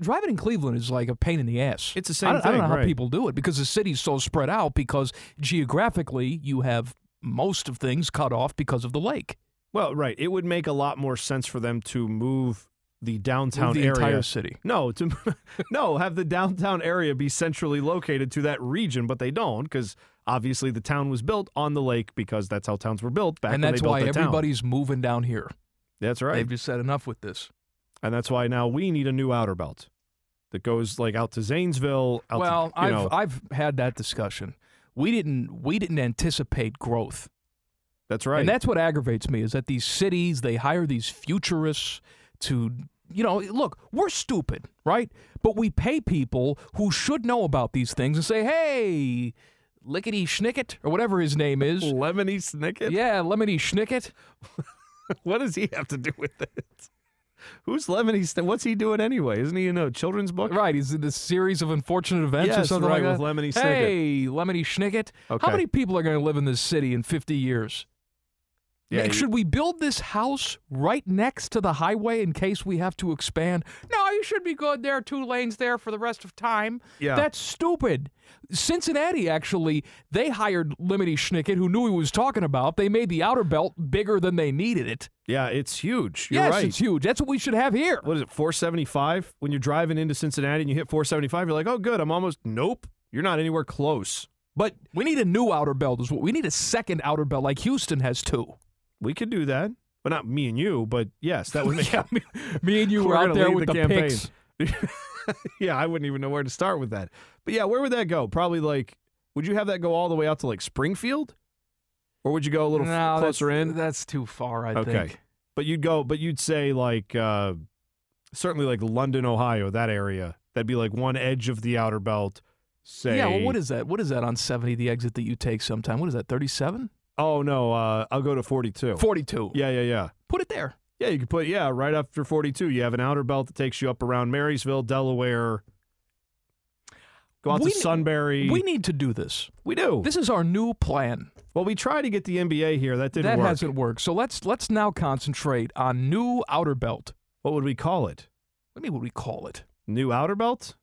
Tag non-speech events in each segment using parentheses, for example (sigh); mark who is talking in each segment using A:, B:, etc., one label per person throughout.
A: Driving in Cleveland is like a pain in the ass.
B: It's the same
A: I don't, I don't
B: thing,
A: know
B: right.
A: how people do it because the city's so spread out because geographically you have most of things cut off because of the lake.
B: Well, right. It would make a lot more sense for them to move the downtown
A: the
B: area.
A: entire city.
B: No, to (laughs) no, have the downtown area be centrally located to that region, but they don't because obviously the town was built on the lake because that's how towns were built back
A: and
B: when
A: that's
B: they built
A: why
B: the town.
A: everybody's moving down here.
B: That's right,
A: They've just said enough with this.
B: and that's why now we need a new outer belt that goes like out to Zanesville. Out
A: well,
B: to, you
A: I've
B: know,
A: I've had that discussion. We didn't we didn't anticipate growth.
B: that's right.
A: And that's what aggravates me is that these cities, they hire these futurists to, you know, look, we're stupid, right? But we pay people who should know about these things and say, hey, Lickety Schnicket, or whatever his name is.
B: (laughs) Lemony Snicket.
A: Yeah, Lemony Schnicket.
B: What does he have to do with it? (laughs) Who's Lemony? Snicket? What's he doing anyway? Isn't he in a children's book?
A: Right, he's in this series of unfortunate events or
B: Yes,
A: something
B: right,
A: like that.
B: with Lemony Snicket.
A: Hey, Lemony Schnicket.
B: Okay.
A: How many people are going to live in this city in 50 years?
B: Yeah,
A: Nick,
B: you-
A: should we build this house right next to the highway in case we have to expand? No, you should be good. There are two lanes there for the rest of time.
B: Yeah.
A: That's stupid. Cincinnati, actually, they hired Lemony Schnicket, who knew he was talking about. They made the outer belt bigger than they needed it.
B: Yeah, it's huge. You're
A: yes,
B: right.
A: it's huge. That's what we should have here.
B: what is it 475 when you're driving into cincinnati and you hit 475 you're like oh good i'm almost nope you're not anywhere close
A: But we need a new outer belt, is what we need a second outer belt, like Houston has two.
B: we could do that well not me and you but yes that (laughs) would make yeah, me,
A: Me and you were out there with the, picks.
B: (laughs) yeah i wouldn't even know where to start with that but yeah where would that go probably like would you have that go all the way out to like springfield or would you go a little f-
A: No,
B: closer
A: that's,
B: in
A: That's too far, I
B: Okay.
A: think.
B: but you'd go but you'd say like uh certainly like london ohio that area that'd be like one edge of the outer belt say
A: Yeah, well, what is that? What is that on 70, the exit that you take sometime? What is that, 37?
B: Oh no, uh, I'll go to 42.
A: 42.
B: Yeah, yeah, yeah.
A: Put it there.
B: Yeah, you can put yeah, right after 42, you have an outer belt that takes you up around Marysville, Delaware. Go out
A: We
B: to
A: ne-
B: Sunbury.
A: We need to do this.
B: we do.
A: This is our new plan.
B: well, we tried to get the NBA here. That didn't
A: that
B: work.
A: hasn't worked. So let's let's now concentrate on new outer belt.
B: What would we call it?
A: What do you mean, what do we call it?
B: New outer belt?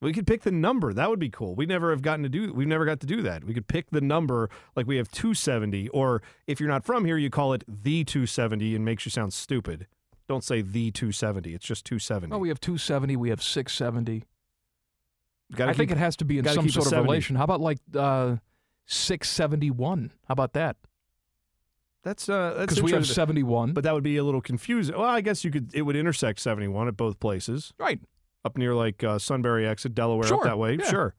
B: We could pick the number. That would be cool. We never have gotten to do we've never got to do that. We could pick the number like we have 270 or if you're not from here you call it the 270 and makes you sound stupid. Don't say the 270. It's just 270.
A: Well, Oh, we have 270. We have 670.
B: Gotta
A: I think
B: keep-
A: it has to be in
B: gotta
A: some
B: keep a
A: sort of
B: 70.
A: relation. How about like uh, 671? How about that?
B: That's uh, that's
A: Because we have
B: interesting.
A: 71.
B: but that would be a little confusing. Well, I guess you could. It would intersect seventy one at both places,
A: right.
B: up near like uh, Sunbury exit, Delaware up
A: Sure,
B: that way.
A: yeah.
B: Sure.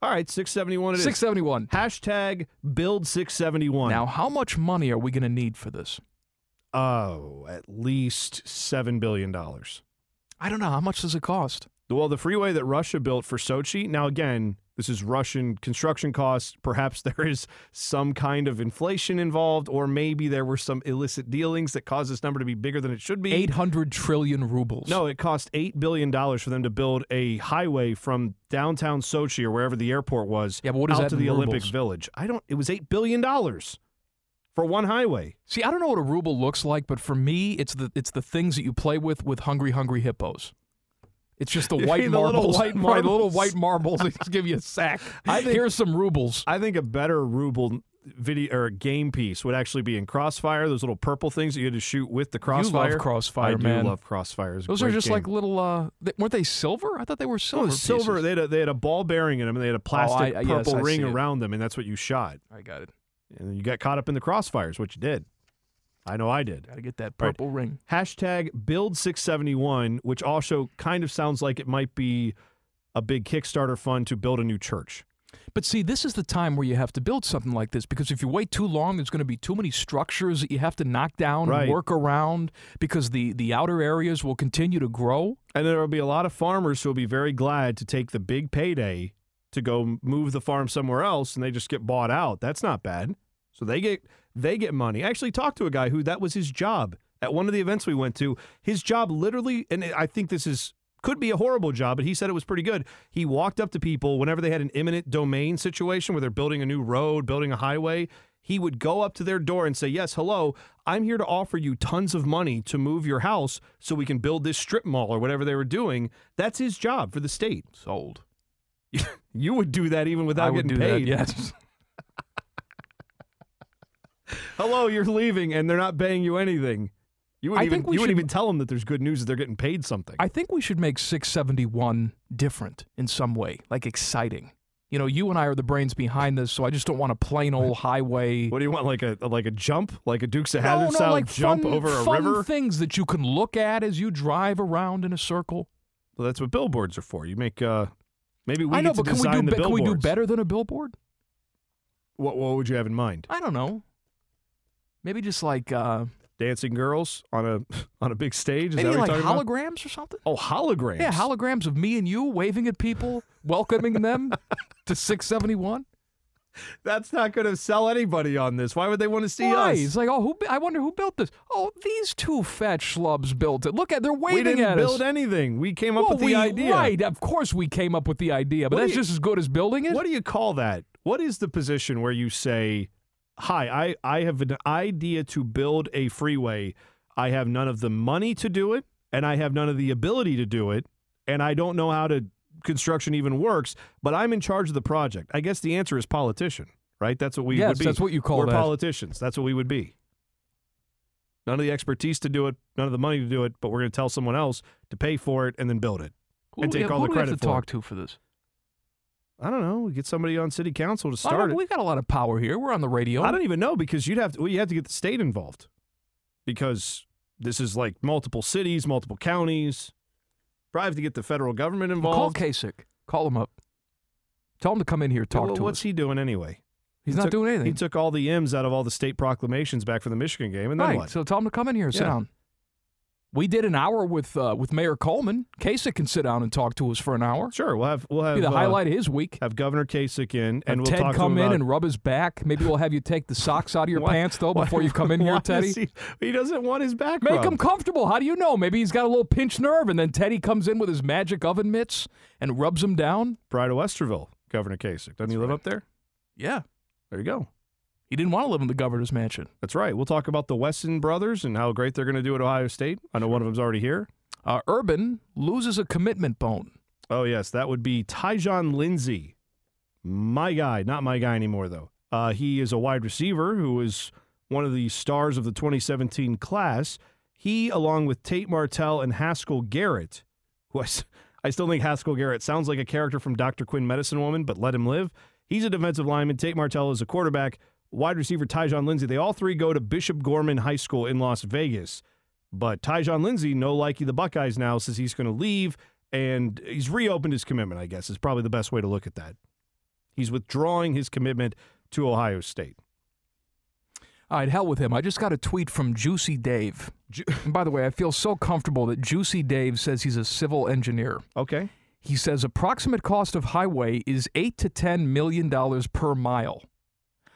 B: All right, six seventy one. It is
A: 671.
B: hashtag build six seventy one.
A: Now, how much money are we going to need for this?
B: oh, at least seven billion dollars.
A: I don't know. How much does it cost?
B: Well, the freeway that Russia built for Sochi. Now, again, this is Russian construction costs. Perhaps (laughs) there is some kind of inflation involved, or maybe there were some illicit dealings that caused this number to be bigger than it should be.
A: 800 trillion rubles.
B: No, it cost eight billion dollars for them to build a highway from downtown Sochi or wherever the airport was.
A: Yeah, but what is
B: out
A: that
B: to
A: in
B: the Olympic
A: rubles?
B: Village? I don't. It was eight billion dollars for one highway.
A: See, I don't know what a ruble looks like, but for me, it's the it's the things that you play with with Hungry Hungry Hippos. It's just the
B: You
A: white
B: mean (laughs) the little
A: marbles, (laughs)
B: white
A: Right, the little
B: marbles?
A: white marbles.
B: (laughs)
A: They just give you a sack.
B: I think-
A: Here's some rubles.
B: I think a better ruble video or game piece would actually be in Crossfire. Those little purple things that you had to shoot with the
A: love
B: Crossfire.
A: Crossfire,
B: I
A: man.
B: do love Crossfire. It's a
A: Those are
B: great
A: just
B: game.
A: like little. Uh, th- weren't they silver? I thought they were
B: Oh,
A: silver.
B: silver.
A: pieces. Oh,
B: They had, a, they had a ball bearing in them, and they had a plastic
A: I- yes,
B: purple
A: I see
B: ring
A: it.
B: around them, and that's what you shot.
A: I got it.
B: And then you got caught up in the Crossfires, what you did. I know I did.
A: Got to get that
B: Right.
A: purple ring.
B: hashtag build 671 which also kind of sounds like it might be a big kickstarter fund to build a new church
A: But see, this is the time where you have to build something like this because if you wait too long, there's going to be too many structures that you have to knock down
B: Right.
A: and work around because the, the outer areas will continue to grow.
B: And there will be a lot of farmers who will be very glad to take the big payday to go move the farm somewhere else, and they just get bought out. That's not bad. So they get they get money. I actually talked to a guy who that was his job at one of the events we went to. His job literally, and I think this is could be a horrible job, but he said it was pretty good. He walked up to people whenever they had an eminent domain situation where they're building a new road, building a highway. He would go up to their door and say, Yes, hello, I'm here to offer you tons of money to move your house so we can build this strip mall or whatever they were doing. That's his job for the state.
A: Sold.
B: (laughs) You would do that even without
A: I would
B: getting
A: do
B: paid.
A: that. Yes.
B: Hello, you're leaving and they're not paying you anything. You wouldn't,
A: I
B: even,
A: think we
B: you wouldn't
A: should-
B: even tell them that there's good news that they're getting paid something.
A: I think we should make 671 different in some way, like exciting. You know, you and I are the brains behind this, so I just don't want a plain old highway.
B: what do you want? Like a like a jump? Like a Dukes of
A: no,
B: Hazzard
A: no,
B: style
A: like
B: jump
A: fun,
B: over a
A: fun
B: river?
A: things that you can look at as you drive around in a circle.
B: Well, that's what billboards are for. You make uh maybe we
A: I know,
B: get to
A: but can we
B: design
A: do
B: the
A: be- can we do
B: billboards.
A: better than a billboard?
B: What what would you have in mind?
A: I don't know. Maybe just like uh,
B: Dancing girls on a (laughs) on a big stage? Is
A: maybe
B: that what
A: like
B: you're talking
A: holograms or something.
B: about? Oh, holograms.
A: Yeah, holograms of me and you waving at people, welcoming
B: (laughs)
A: them to 671.
B: that's not going to sell anybody on this. Why would they want to see
A: Why?
B: us?
A: It's like, oh, who? bu- I wonder who built this. Oh, these two fat schlubs built it. Look at they're
B: We
A: waving
B: didn't
A: at us.
B: build anything. We came up
A: Well,
B: with the
A: we-
B: idea.
A: Right, of course we came up with the idea, but
B: What do
A: that's
B: you-
A: just as good as building it.
B: What do you call that? What is the position where you say, "Hi, I I have an idea to build a freeway. I have none of the money to do it, and I have none of the ability to do it, and I don't know how to construction even works, but I'm in charge of the project." I guess the answer is politician, right? That's what we
A: yes,
B: would be.
A: that's what you call
B: We're
A: that.
B: politicians. That's what we would be. None of the expertise to do it, none of the money to do it, but we're going to tell someone else to pay for it and then build it.
A: who
B: and
A: do
B: take
A: we,
B: all
A: who
B: the
A: do we
B: credit
A: have to
B: for
A: talk to for this?
B: I don't know. Get somebody on city council to
A: I
B: start
A: don't
B: it.
A: know, we got a lot of power here. We're on the radio.
B: I don't even know because you'd have to well, you have to get the state involved because this is like multiple cities, multiple counties. Probably have to get the federal government
A: Call
B: involved.
A: Kasich. Call him up. Tell him to come in here talk
B: Well,
A: to
B: what's
A: us.
B: he doing anyway?
A: He's
B: he
A: not
B: took-
A: doing
B: He
A: anything.
B: took all the M's out of all the state proclamations back for the Michigan game, and then
A: right.
B: what?
A: So tell him to come in here. Sit
B: Yeah.
A: down. We did an hour with uh, with Mayor Coleman. Kasich can sit down and talk to us for an hour.
B: sure, we'll have we'll have
A: Be the
B: uh,
A: highlight of his week.
B: have Governor Kasich in,
A: Have
B: and we'll
A: Ted
B: talk
A: come
B: to
A: in
B: him about
A: and rub his back. Maybe we'll have you take the socks out of your
B: Why-
A: pants though
B: (laughs) why-
A: before you come in here,
B: why does
A: Teddy.
B: He, he doesn't want his back.
A: Make
B: rubbed.
A: him comfortable. How do you know? Maybe he's got a little pinched nerve, and then Teddy comes in with his magic oven mitts and rubs him down.
B: Pride of Westerville, Governor Kasich. Doesn't he live up there?
A: Yeah,
B: There you go.
A: he didn't want to live in the governor's mansion.
B: That's right. We'll talk about the Wesson brothers and how great they're going to do at Ohio State. I know one of them's already here.
A: Uh, Urban loses a commitment bone.
B: Oh yes, that would be Tyjon Lindsey, my guy. Not my guy anymore though. Uh, he is a wide receiver who is one of the stars of the 2017 class. He, along with Tate Martell and Haskell Garrett, who I, s- I still think Haskell Garrett sounds like a character from Dr. Quinn Medicine Woman, but let him live. He's a defensive lineman. Tate Martell is a quarterback. Wide receiver Tyjon Lindsey. They all three go to Bishop Gorman High School in Las Vegas. But Tyjon Lindsey, no likey the Buckeyes now, says he's going to leave, and he's reopened his commitment. I guess is probably the best way to look at that. He's withdrawing his commitment to Ohio State.
A: All right, hell with him. I just got a tweet from Juicy Dave.
B: Ju-
A: (laughs) And by the way, I feel so comfortable that Juicy Dave says he's a civil engineer.
B: Okay,
A: He says approximate cost of highway is eight to ten million dollars per mile.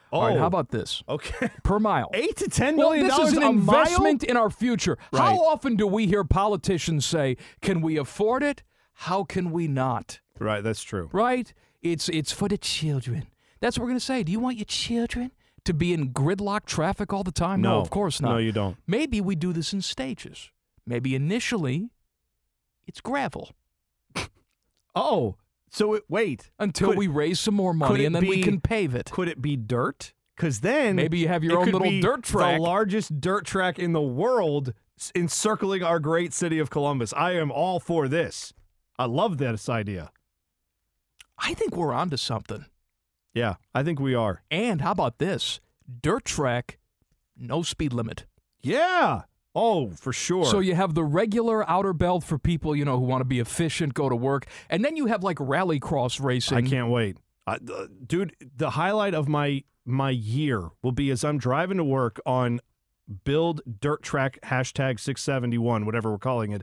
A: All right,
B: Oh.
A: how about this
B: okay, (laughs)
A: per mile?
B: eight to ten
A: Well,
B: million
A: this is
B: dollars
A: an
B: a
A: investment in our future.
B: Right.
A: How often do we hear politicians say, "Can we afford it? How can we not?"
B: mile. Right, that's true.
A: Right? It's it's for the children. That's what we're going to say. Do you want your children to be in gridlock traffic all the time? No,
B: No.
A: of course not.
B: No, you don't.
A: Maybe we do this in stages. Maybe initially it's gravel
B: Oh, so it, wait.
A: until
B: Could-
A: we raise some more
B: could
A: money
B: it
A: and then we
B: be-
A: can pave it.
B: Could it be dirt? Because then
A: Maybe you have your
B: it
A: own
B: could
A: little
B: be
A: dirt track.
B: the largest dirt track in the world, s- encircling our great city of Columbus. I am all for this. I love this idea.
A: I think we're onto something.
B: Yeah, I think we are.
A: And how about this? Dirt track, no speed limit.
B: Yeah. Oh, for sure.
A: So you have the regular outer belt for people, you know, who want to be efficient, go to work, and then you have like rallycross racing.
B: I can't wait. I, th- dude, the highlight of my my year will be as I'm driving to work on build dirt track hashtag 671 whatever we're calling it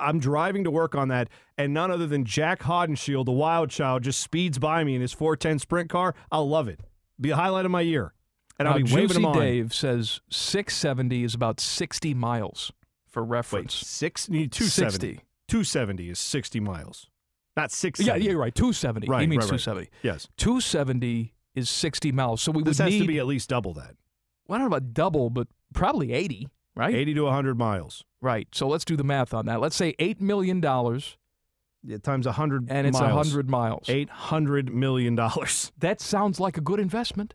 B: i'm driving to work on that and none other than jack hodenshield the wild child just speeds by me in his 410 sprint car i'll love it be a highlight of my year and
A: now,
B: i'll be waving
A: Juicy
B: him on
A: Dave says 670 is about 60 miles for
B: wait
A: reference.
B: six need
A: 60.
B: 270 270 is 60 miles not six
A: Yeah, yeah, you're right. 270.
B: Right,
A: he means
B: right, right.
A: 270.
B: yes
A: 270 is 60 miles. So we
B: this
A: would
B: has
A: need,
B: to be at least double that
A: well, I don't know about double, but probably 80, right?
B: 80 to 100 miles
A: Right. So let's do the math on that. Let's say $8 million and
B: yeah, times 100
A: it's
B: miles.
A: 100 miles.
B: 800 million dollars
A: That sounds like a good investment.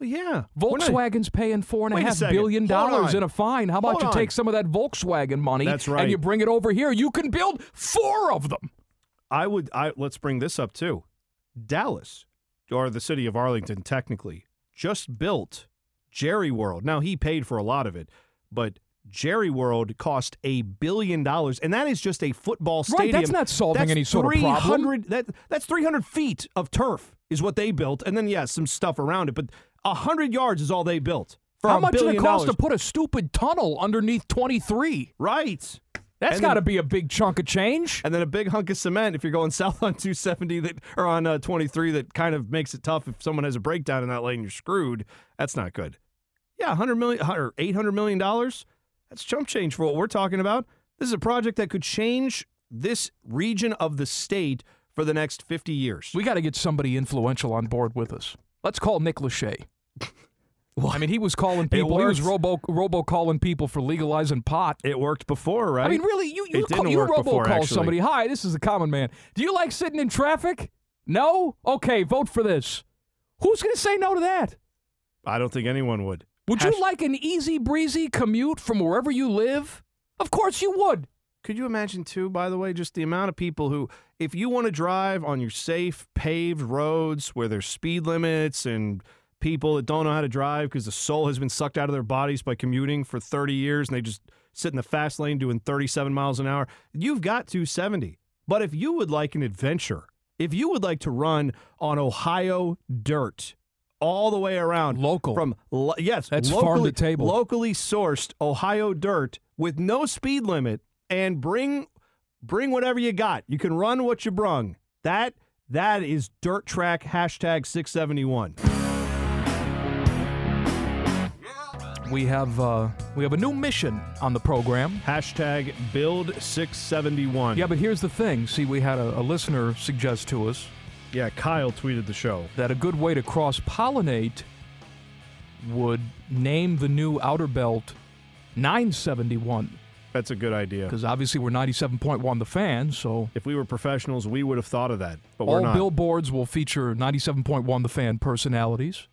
B: well, yeah We're not-
A: Volkswagen's paying four and a
B: Wait a
A: half
B: second.
A: billion
B: Hold
A: dollars
B: on.
A: in a fine. How about
B: Hold
A: you
B: on.
A: take some of that Volkswagen money
B: That's
A: and
B: right.
A: you bring it over here? You can build four of them.
B: I would I let's bring this up too. Dallas or the city of Arlington technically just built Jerry World. Now he paid for a lot of it, but Jerry World cost a billion dollars, and that is just a football
A: Right,
B: stadium.
A: that's not solving
B: That's
A: any sort of problem.
B: 300 That that's three hundred feet of turf is what they built, and then yeah, some stuff around it, but hundred yards is all they built for
A: How
B: a
A: much did it
B: billion
A: cost to
B: dollars.
A: put a stupid tunnel underneath 23?
B: Right,
A: That's
B: And then-
A: got to be a big chunk of change.
B: and then a big hunk of cement if you're going (laughs) south on 270 that or on uh, 23 that kind of makes it tough if someone has a breakdown in that lane you're screwed that's not good yeah 100 million or 800 million dollars that's chump change for what we're talking about this is a project that could change this region of the state for the next 50 years
A: We got to get somebody influential on board with us. Let's call Nick
B: (laughs)
A: Lachey. I mean, he was calling people. He was
B: works.
A: robo robo calling people for legalizing pot.
B: it worked before right
A: I mean, really, you you,
B: It
A: call,
B: didn't
A: you
B: work
A: robo
B: before,
A: call
B: actually.
A: somebody. Hi, this is the common man. Do you like sitting in traffic? No. Okay, vote for this. Who's going to say no to that?
B: i don't think anyone would
A: Would
B: Hash-
A: you like an easy breezy commute from wherever you live? Of course you would.
B: Could you imagine too, by the way, just the amount of people who if you want to drive on your safe paved roads where there's speed limits and people that don't know how to drive because the soul has been sucked out of their bodies by commuting for 30 years and they just sit in the fast lane doing 37 miles an hour, you've got 270. But if you would like an adventure, if you would like to run on Ohio dirt all the way around
A: Local.
B: from lo- yes,
A: That's farm to
B: locally,
A: table.
B: locally sourced Ohio dirt with no speed limit, and bring bring whatever you got. You can run what you brung. That that is dirt track hashtag six seventy one.
A: We have uh, we have a new mission on the program.
B: Hashtag build six seventy one.
A: Yeah, but here's the thing. See, we had a, a listener suggest to us
B: Yeah, Kyle tweeted the show.
A: that a good way to cross pollinate would name the new outer belt 971
B: That's a good idea.
A: because obviously we're 97.1 the fan so
B: If we were professionals, we would have thought of that, but
A: all billboards will feature 97.1 the fan personalities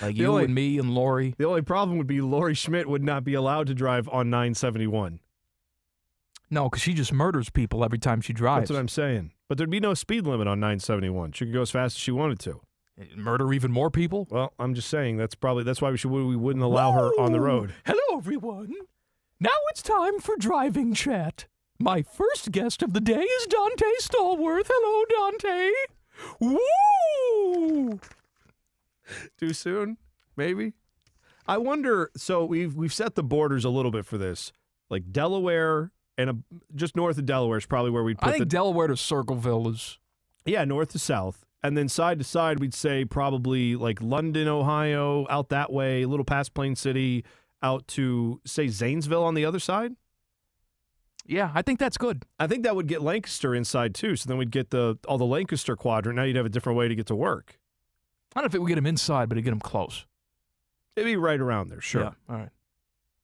A: like you
B: only-
A: and me and Lori
B: the only problem would be Lori Schmidt would not be allowed to drive on 971.
A: no because she just murders people every time she drives
B: That's what I'm saying. But there'd be no speed limit on 971. She could go as fast as she wanted to.
A: murder even more people
B: Well, I'm just saying that's probably that's why we should we wouldn't allow her on the
A: Woo!
B: road.
A: hello everyone now it's time for driving chat my first guest of the day is Dante Stallworth hello Dante Woo!
B: Too soon, maybe. I wonder. So we've we've set the borders a little bit for this, like Delaware and a, just north of Delaware is probably where we'd
A: I
B: put
A: think
B: the
A: Delaware to Circleville is
B: yeah north to south, and then side to side we'd say probably like London, Ohio, out that way, a little past Plain City, out to say Zanesville on the other side.
A: yeah, I think that's good.
B: I think that would get Lancaster inside too. So then we'd get the all the Lancaster quadrant. Now you'd have a different way to get to work.
A: I don't know if it would get him inside, but it get him close.
B: It'd be right around there, sure.
A: Yeah, all right.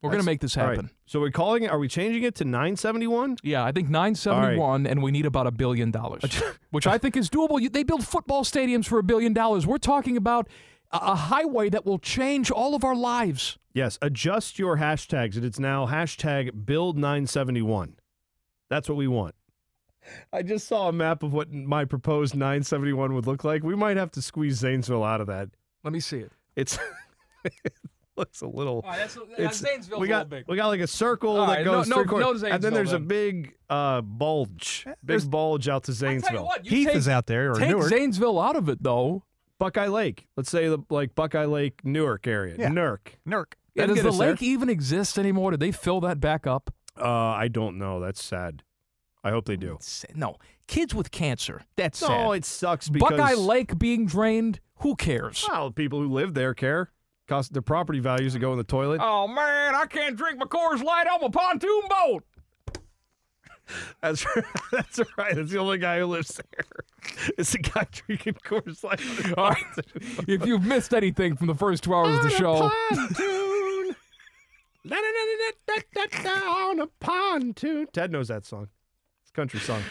A: We're gonna
B: That's-
A: make this
B: All right.
A: happen.
B: So we're calling it. Are we changing it to 971?
A: Yeah, I think 971, and we need about a billion
B: (laughs)
A: dollars, which I think is doable. You, they build football stadiums for a billion dollars. We're talking about a, a highway that will change all of our lives.
B: Yes. Adjust your hashtags. It is now hashtag build 971. That's what we want. I just saw a map of what my proposed (laughs) 971 would look like. We might have to squeeze Zanesville out of that.
A: Let me see it.
B: It's looks a little.
A: All right, that's, that's
B: It's-
A: Zanesville's
B: we
A: a
B: got
A: little big.
B: we got like a circle
A: All
B: that
A: right,
B: goes
A: no-
B: three
A: no-
B: quarters,
A: no
B: and then there's a
A: Zanesville, Eh,
B: big uh, bulge, big
A: There's-
B: bulge out to
A: I tell you
B: Zanesville.
A: what, you
C: Heath
A: take,
C: is out there, or
A: take
C: Newark.
A: Zanesville out of it though.
B: Buckeye Lake, let's say the like Buckeye Lake Newark area,
C: Yeah.
B: Newark.
C: Nurk.
A: Yeah,
B: That'd
A: does the
B: get us there.
A: lake even exist anymore? Did they fill that back up?
B: Uh, I don't know. That's sad. I hope they do.
A: It's- No, kids with cancer. That's sad.
B: No, it sucks because
A: Buckeye Lake being drained. Who cares?
B: Well, people who live there care. Cost their property values to go in the toilet.
A: Oh man, I can't drink my Coors Light on my pontoon boat.
B: That's (laughs) that's right. That's the only guy who lives there. It's the guy (laughs) drinking Coors Light.
A: All
B: (laughs)
A: right. if you've missed anything from the first two hours of the show,
B: (laughs) pontoon. on a pontoon. Ted knows that song. It's a country song.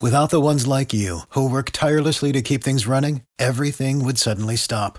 D: Without the ones like you, who work tirelessly to keep things running, everything would suddenly stop.